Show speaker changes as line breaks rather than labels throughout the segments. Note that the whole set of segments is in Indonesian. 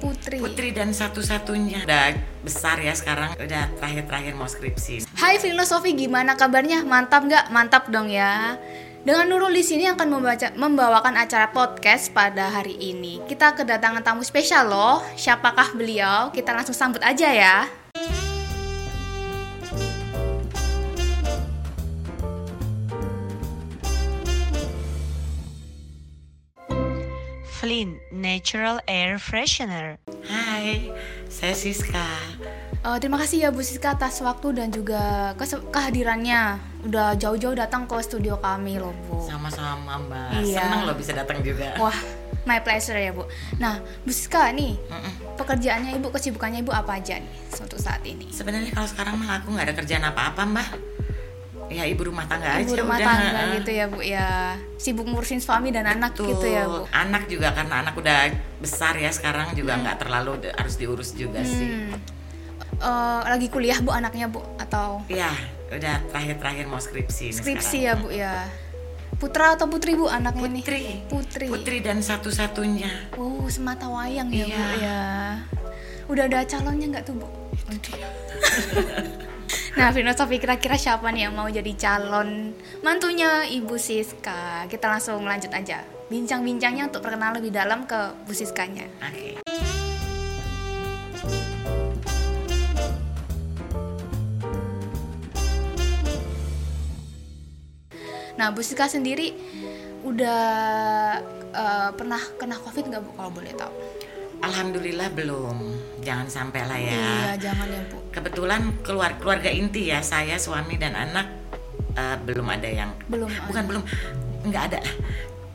Putri.
Putri dan satu-satunya udah besar ya sekarang udah terakhir-terakhir mau skripsi.
Hai filosofi, gimana kabarnya? Mantap nggak? Mantap dong ya. Dengan Nurul di sini akan membaca, membawakan acara podcast pada hari ini. Kita kedatangan tamu spesial loh. Siapakah beliau? Kita langsung sambut aja ya.
Flynn Natural Air Freshener.
Hai, saya Siska.
Eh, terima kasih ya Bu Siska atas waktu dan juga kese- kehadirannya. Udah jauh-jauh datang ke studio kami loh Bu.
Sama-sama Mbak.
Iya.
Seneng loh bisa datang juga.
Wah, my pleasure ya Bu. Nah, Bu Siska nih,
Mm-mm.
pekerjaannya Ibu, kesibukannya Ibu apa aja nih untuk saat ini?
Sebenarnya kalau sekarang mah aku nggak ada kerjaan apa-apa Mbak. Ya ibu rumah tangga aja.
Ibu rumah
udah,
tangga
heeh.
gitu ya Bu ya. Sibuk ngurusin suami dan anak
Tuh,
gitu ya Bu.
Anak juga karena anak udah besar ya sekarang juga nggak terlalu de- harus diurus juga sih.
Hmm. Eh, lagi kuliah Bu anaknya Bu atau
Ya, udah terakhir-terakhir mau skripsi.
skripsi ya Bu ya. Putra atau putri Bu anaknya nih?
Putri.
Putri.
Putri dan satu-satunya.
Wow, semata wayang ya Bu
Iya.
ya. Udah ada calonnya nggak tuh Bu? Nah, filosofi kira-kira siapa nih yang mau jadi calon mantunya Ibu Siska? Kita langsung lanjut aja. Bincang-bincangnya untuk perkenalan lebih dalam ke Bu Siskanya.
Oke.
Nah, Bu Siska sendiri udah eh, pernah kena COVID nggak Bu kalau boleh tahu?
Alhamdulillah belum. Jangan sampai lah ya.
Iya, jangan ya Bu.
Kebetulan keluar keluarga inti ya, saya, suami dan anak eh, belum ada yang
Belum
bukan belum nggak ada.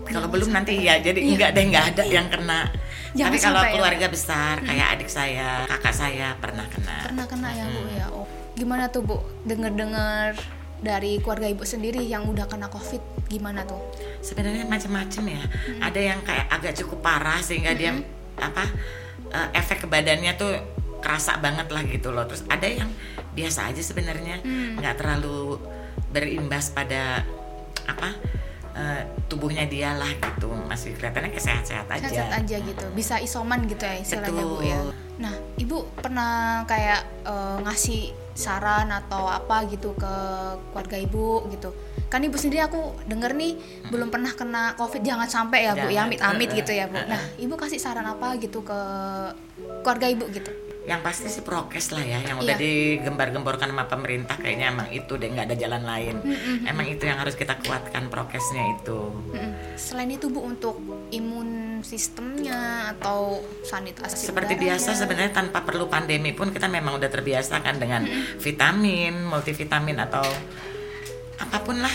Kalau belum nanti ya, jadi nggak ada nggak ada yang kena.
Iya. Jangan
Tapi kalau
sampai ya.
keluarga besar kayak adik saya, kakak saya pernah kena.
Pernah kena ya Bu ya. Oh, gimana tuh Bu? Dengar-dengar dari keluarga Ibu sendiri yang udah kena COVID gimana tuh?
Sebenarnya macam-macam ya.
Hmm.
Ada yang kayak agak cukup parah sehingga dia apa eh, efek ke badannya tuh kerasa banget lah gitu loh. Terus ada yang biasa aja sebenarnya,
Hmm.
nggak terlalu berimbas pada apa eh, tubuhnya dia lah gitu. Masih kelihatannya kayak sehat-sehat aja.
Cacat aja gitu. Bisa isoman gitu ya istilahnya Bu
Betul.
ya. Nah, Ibu pernah kayak eh, ngasih saran atau apa gitu ke keluarga Ibu gitu. Kan Ibu sendiri aku denger nih belum pernah kena Covid. Jangan sampai ya Bu, ya
Jangan.
amit-amit
Eh,
gitu ya Bu.
eh, eh.
Nah, Ibu kasih saran apa gitu ke keluarga Ibu gitu?
Yang pasti sih prokes lah ya, yang udah
Iya.
digembar-gemborkan sama pemerintah kayaknya emang itu deh nggak ada jalan lain.
Hmm,
Emang itu yang harus kita kuatkan prokesnya itu.
Mm-mm. Selain itu Bu untuk imun sistemnya atau sanitasi
Seperti
udaranya.
biasa sebenarnya tanpa perlu pandemi pun kita memang udah terbiasa kan dengan vitamin, multivitamin atau apapun lah.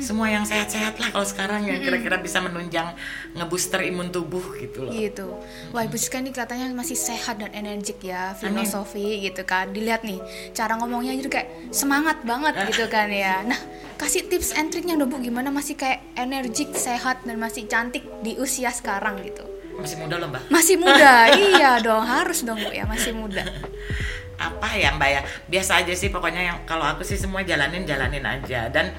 Semua yang sehat-sehat lah kalau sekarang yang kira-kira bisa menunjang ngebooster imun tubuh gitu loh.
gitu. Wah Ibu Siska ini kelihatannya masih sehat dan energik ya, filosofi gitu kan. Dilihat nih, cara ngomongnya jadi kayak semangat banget gitu kan ya. Nah, kasih tips and triknya dong Bu, gimana masih kayak energik, sehat dan masih cantik di usia sekarang gitu.
Masih muda loh, Mbak.
Masih muda, iya dong, harus dong Bu ya, masih muda.
apa ya mbak ya biasa aja sih pokoknya yang kalau aku sih semua jalanin jalanin aja dan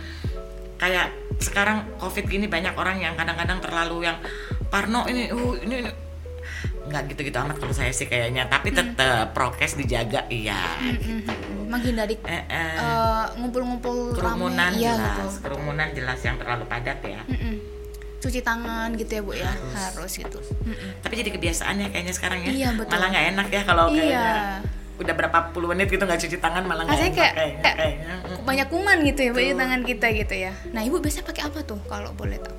kayak sekarang covid gini banyak orang yang kadang-kadang terlalu yang parno ini uh, ini, ini." nggak gitu-gitu amat kalau saya sih kayaknya tapi
Hmm.
tetap prokes dijaga iya
Mm-mm. Menghindari
Eh, eh,
eh, ngumpul-ngumpul rame,
kerumunan
iya Hmm.
jelas
gitu.
kerumunan jelas yang terlalu padat ya
Mm-mm. Cuci tangan gitu ya Bu ya, harus, gitu. Mm-mm.
tapi jadi kebiasaannya kayaknya sekarang ya
Iya, betul.
malah nggak enak ya kalau
Iya.
kayaknya udah berapa puluh menit gitu nggak cuci tangan malah nggak
Rasanya
enak
kayak,
kayaknya,
kayak
kayaknya. Mm.
banyak kuman gitu ya Bu, di
Betul.
tangan kita gitu ya. Nah ibu biasanya pakai apa tuh kalau boleh tahu?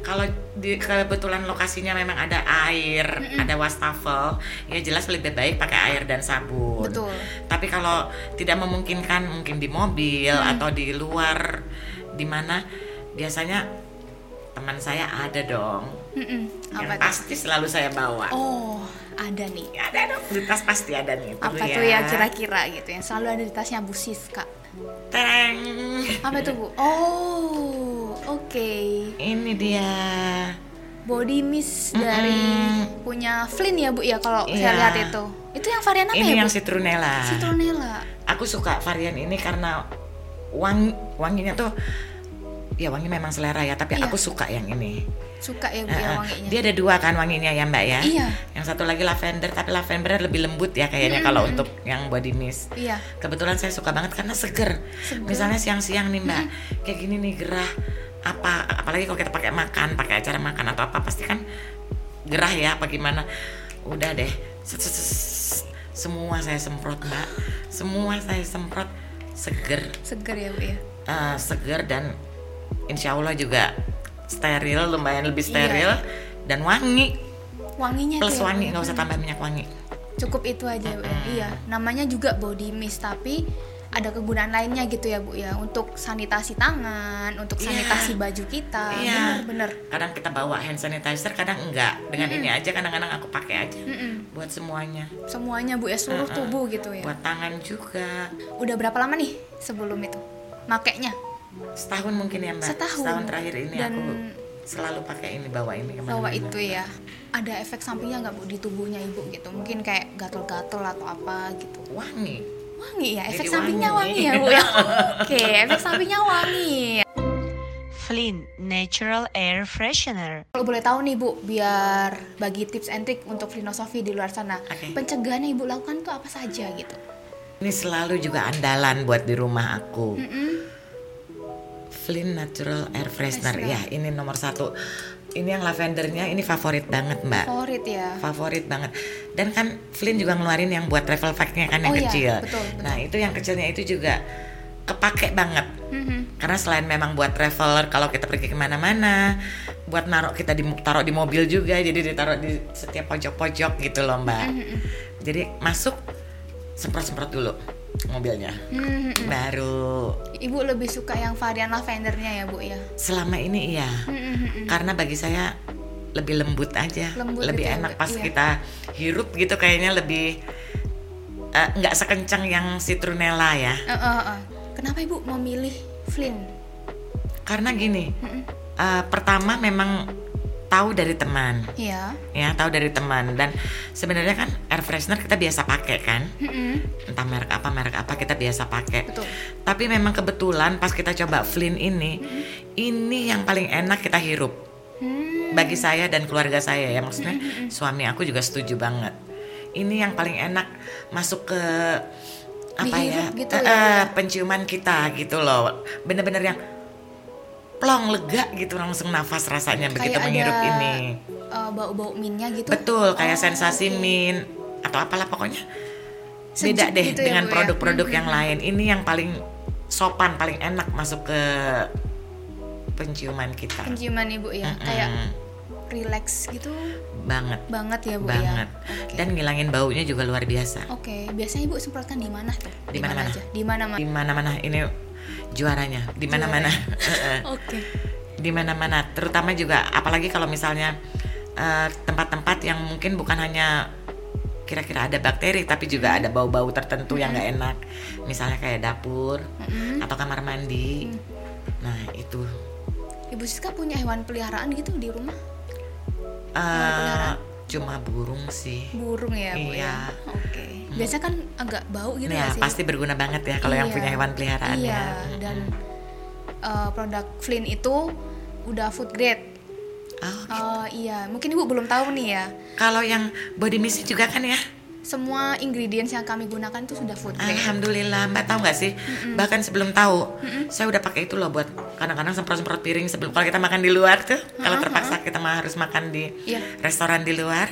kalau di kebetulan lokasinya memang ada air, ada wastafel, ya jelas lebih baik pakai air dan sabun.
Betul.
Tapi kalau tidak memungkinkan mungkin di mobil atau di luar di mana biasanya teman saya ada dong.
Mm-mm,
yang
Apa tuh?
pasti selalu saya bawa.
Oh ada nih.
Ya, ada dong, di tas pasti ada nih.
Apa
tunggu
tuh ya kira-kira gitu yang selalu ada di tasnya Bu Siska?
Tereng.
Apa tuh Bu? Oh oke.
Ini dia.
Body mist dari
Mm-mm.
punya Flynn ya Bu ya kalau saya
Iya.
lihat itu. Itu yang varian apa
Ini
ya
yang
Bu?
citronella.
Citronella.
aku suka varian ini karena wangi wanginya tuh ya wangi memang selera ya tapi
Iya.
aku suka yang ini
Suka ya Bu ya
Heeh.
wanginya.
dia ada dua kan wanginya ya mbak ya
Iya.
yang satu lagi lavender tapi lavender lebih lembut ya kayaknya kalau untuk yang body mist
Iya.
kebetulan saya suka banget karena seger,
Seger.
misalnya siang-siang nih mbak kayak gini nih gerah apa apalagi kalau kita pakai makan pakai acara makan atau apa pasti kan gerah ya apa gimana udah deh set, set, set, set. semua saya semprot mbak semua saya semprot seger
Seger ya Bu ya.
eh, seger dan insya Allah juga steril lumayan lebih steril dan wangi
Wanginya tuh ya,
plus
Bu,
wangi
ya.
nggak usah tambah minyak wangi
Cukup itu aja Bu ya. Iya, namanya juga body mist tapi ada kegunaan lainnya gitu ya Bu ya untuk sanitasi tangan, untuk
Iya.
sanitasi baju kita.
Iya.
Bener, bener.
kadang kita bawa hand sanitizer kadang enggak dengan ini aja kadang-kadang aku pakai aja
Mm-mm.
buat semuanya
Semuanya Bu ya seluruh tubuh gitu ya.
buat tangan juga
Udah berapa lama nih sebelum itu? Makainya?
setahun mungkin ya mbak
Setahun.
terakhir ini
Dan-
aku selalu pakai ini bawa ini kemana-mana
bahwa itu ya ada efek sampingnya nggak bu di tubuhnya ibu gitu mungkin kayak gatel-gatel atau apa gitu
wangi
wangi ya efek
Jadi
sampingnya wangi
wangi.
ya bu ya oke efek sampingnya wangi
Flynn Natural Air Freshener.
kalau boleh tahu nih bu biar bagi tips and trick untuk filosofi di luar sana
Oke.
pencegahan yang ibu lakukan tuh apa saja gitu
ini selalu juga andalan buat di rumah aku
Mm-mm.
Flynn Natural Air Freshener
Freshener.
ya ini nomor satu ini yang lavendernya ini favorit banget mbak
favorit ya
favorit banget dan kan Flynn juga ngeluarin yang buat travel packnya kan yang
Oh iya,
kecil
betul, betul.
nah itu yang kecilnya itu juga kepake banget
Mhm.
karena selain memang buat traveler kalau kita pergi kemana-mana buat naruh kita di taruh di mobil juga jadi ditaruh di setiap pojok-pojok gitu loh mbak jadi masuk semprot-semprot dulu mobilnya
Mhm.
baru
ibu lebih suka yang varian lavendernya ya bu ya
selama ini iya
Mhm.
karena bagi saya lebih lembut aja
Lembut
lebih
gitu ya,
enak
Bu?
pas
Iya.
kita hirup gitu kayaknya lebih eh, nggak sekencang yang citronella ya
Eh, eh, eh. kenapa ibu memilih Flynn
karena gini
Mhm.
eh, pertama memang tahu dari teman
ya
ya tahu dari teman dan sebenarnya kan air freshener kita biasa pakai kan
Mhm.
entah merek apa merek apa kita biasa pakai
Betul.
tapi memang kebetulan pas kita coba Flynn ini ini yang paling enak kita hirup
Hmm.
bagi saya dan keluarga saya ya maksudnya suami aku juga setuju banget ini yang paling enak masuk ke apa ya,
Dihirup gitu ya,
eh, eh,
ya.
penciuman kita gitu loh bener-bener yang plong lega gitu langsung nafas rasanya begitu
Kayak
menghirup
ada,
ini
eh, bau-bau minnya gitu.
betul kayak
Oh,
sensasi
oke.
min atau apalah pokoknya
Sejuk
beda deh
gitu ya,
dengan
Bu, ya?
produk-produk yang lain ini yang paling sopan paling enak masuk ke penciuman kita
Penciuman ibu ya,
Mm-mm.
kayak relax gitu
banget
banget ya bu
banget
ya. Oke.
dan ngilangin baunya juga luar biasa
Oke, biasanya ibu semprotkan di mana tuh?
Di mana-mana.
aja? Di mana-mana.
di mana mana ini juaranya di mana mana
ya? Oke.
di mana mana terutama juga apalagi kalau misalnya eh, tempat-tempat yang mungkin bukan hanya kira-kira ada bakteri tapi
Hmm.
juga ada bau-bau tertentu yang nggak enak misalnya kayak dapur
Hmm.
atau kamar mandi nah itu
Ibu Siska punya hewan peliharaan gitu di rumah? Nah,
Eh, cuma burung sih
Burung ya bu
Iya.
ya. Oke. Biasa kan agak bau gitu
ya
nggak sih?
pasti berguna banget ya kalau yang
Iya.
punya hewan peliharaan
iya,
ya
dan eh, produk Flynn itu udah food grade.
Oh,
Oh iya, mungkin ibu belum tahu nih ya.
kalau yang body mist juga kan ya
semua ingredients yang kami gunakan itu sudah food grade.
Alhamdulillah, Mbak tahu nggak sih? Bahkan sebelum tahu, saya udah pakai itu loh buat kadang-kadang semprot-semprot piring sebelum kalau kita makan di luar tuh, kalau terpaksa kita mah harus makan di
Iya.
restoran di luar,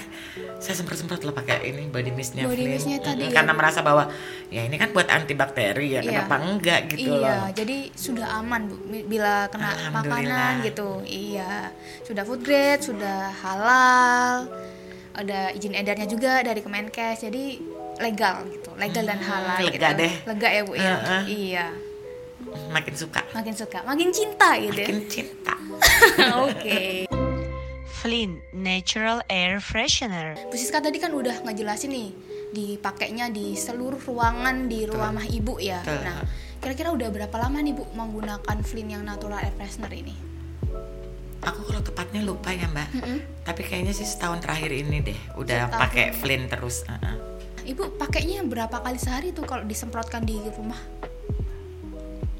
saya semprot-semprot loh pakai ini body mistnya.
Body
Flynn.
mistnya tadi
Mm-mm,
ya,
karena
Bu.
merasa bahwa ya ini kan buat antibakteri
Iya.
ya, kenapa enggak
iya,
gitu loh.
jadi sudah aman bu mi- bila kena
Alhamdulillah.
makanan gitu. Iya, sudah food grade, sudah halal, ada izin edarnya juga dari Kemenkes, jadi legal gitu, legal dan halal.
Hmm, lega
gitu.
deh.
Lega ya bu ya.
Heeh.
Iya,
Makin suka,
makin suka, makin cinta gitu. ya.
makin cinta.
Oke.
Flynn Natural Air Freshener.
Bu Siska tadi kan udah ngejelasin nih dipakainya di seluruh ruangan di rumah ibu ya.
Betul.
Nah, kira-kira udah berapa lama nih Bu menggunakan Flynn yang natural air freshener ini?
Aku kalau tepatnya lupa ya Mbak, tapi kayaknya sih setahun terakhir ini deh udah
Setahun.
pakai Flynn terus. uh-uh.
Ibu pakainya berapa kali sehari tuh kalau disemprotkan di rumah?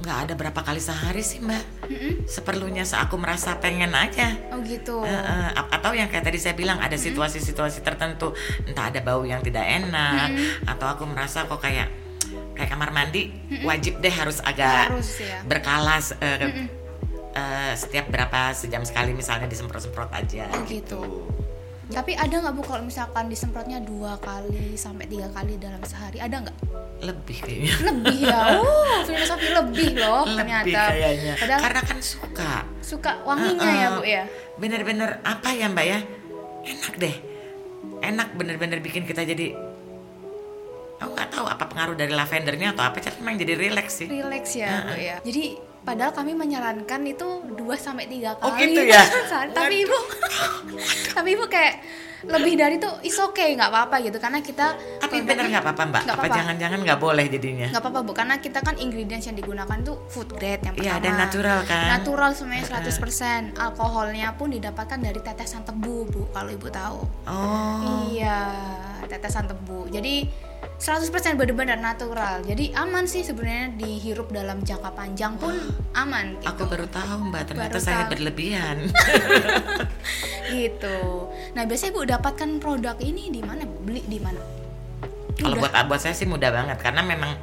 nggak ada berapa kali sehari sih mbak seperlunya aku merasa pengen aja
Oh Hmm. gitu.
Eh, eh, ap- atau yang kayak tadi saya bilang ada situasi-situasi tertentu entah ada bau yang tidak enak
Hmm.
atau aku merasa kok kayak kayak kamar mandi wajib deh harus agak
Harus ya. Hmm.
berkalas eh, eh, setiap berapa sejam sekali misalnya disemprot-semprot aja
Oh, gitu. Tapi ada nggak bu kalau misalkan disemprotnya dua kali sampai tiga kali dalam sehari ada nggak?
lebih kayaknya
Lebih ya. Uh, filosofi lebih loh
lebih
Oh, ternyata.
kayaknya Ah,
Padahal
karena kan suka
suka wanginya ya bu ya.
Eh, bener-bener apa ya mbak ya enak deh enak bener-bener bikin kita jadi aku nggak tahu apa pengaruh dari lavendernya atau apa tapi memang jadi relax sih
Relax
Ah,
ya bu ya. Jadi padahal kami menyarankan itu dua sampai tiga kali.
Oh, gitu ya?
sehari. tapi ibu, tapi ibu kayak lebih dari itu is okay nggak apa-apa gitu karena kita
Tapi bener nggak apa-apa mbak?
Nggak
apa
apa-apa.
jangan-jangan nggak boleh jadinya?
nggak apa-apa bu karena kita kan ingredients yang digunakan tuh food grade yang pertama
Iya, dan natural kan?
natural semuanya 100% alkoholnya pun didapatkan dari tetesan tebu bu kalau ibu tahu
Oh,
iya tetesan tebu jadi 100% bener-bener natural jadi aman sih sebenarnya dihirup dalam jangka panjang pun aman gitu.
aku baru tahu mbak. Ternyata
Baru
saya
tahu.
berlebihan.
gitu nah biasanya bu dapatkan produk ini di mana Bu? beli di mana
Kalau
Mudah.
buat buat saya sih mudah banget karena memang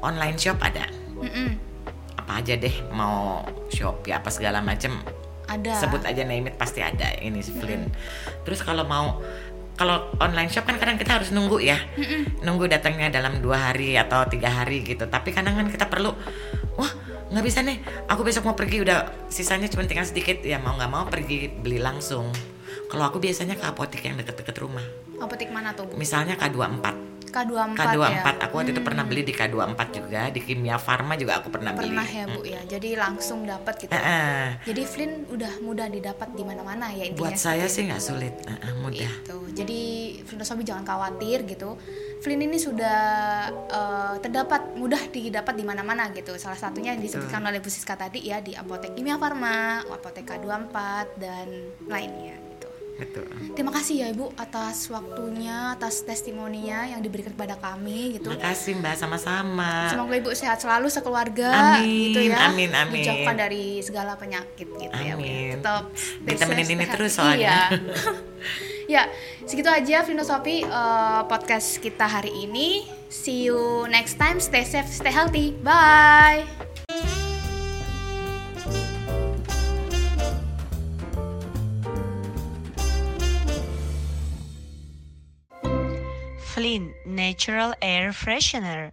online shop ada
Mm-mm,
apa aja deh mau shop ya apa segala macem
ada
sebut aja name it pasti ada ini Flynn. Terus kalau mau kalau online shop kan kadang kita harus nunggu ya, nunggu datangnya dalam dua hari atau tiga hari gitu. Tapi kadang kan kita perlu, wah nggak bisa nih, aku besok mau pergi udah sisanya cuma tinggal sedikit ya mau nggak mau pergi beli langsung. Kalau aku biasanya ke apotek yang deket-deket rumah,
apotek mana tuh bu
misalnya K24
K24,
K24
ya
aku waktu itu pernah beli di K24 juga di Kimia Farma juga aku pernah, beli.
pernah ya bu ya
Mm.
jadi langsung dapat gitu
Eh, eh.
jadi Flynn udah mudah didapat di mana-mana ya intinya
Buat saya sih nggak sulit, Eh, eh, mudah.
gitu jadi Flynn Sobi jangan khawatir gitu Flynn ini sudah eh, terdapat mudah didapat di mana-mana gitu salah satunya yang disebutkan oleh Bu Siska tadi ya di apotek Kimia Farma apotek K24 dan lainnya gitu
Betul.
terima kasih ya ibu atas waktunya atas testimoninya yang diberikan kepada kami gitu
Makasih Mbak sama-sama.
Semoga ibu sehat selalu sekeluarga
Amin,
gitu ya.
amin, amin.
Dijauhkan dari segala penyakit gitu ya. Bu.
Amin.
Tetap stay
Ditemenin
safe,
ini
stay
terus
healthy.
soalnya.
Iya. ya, segitu aja Filosofi podcast kita hari ini. See you next time. Stay safe, stay healthy. Bye.
Flynn Natural Air Freshener.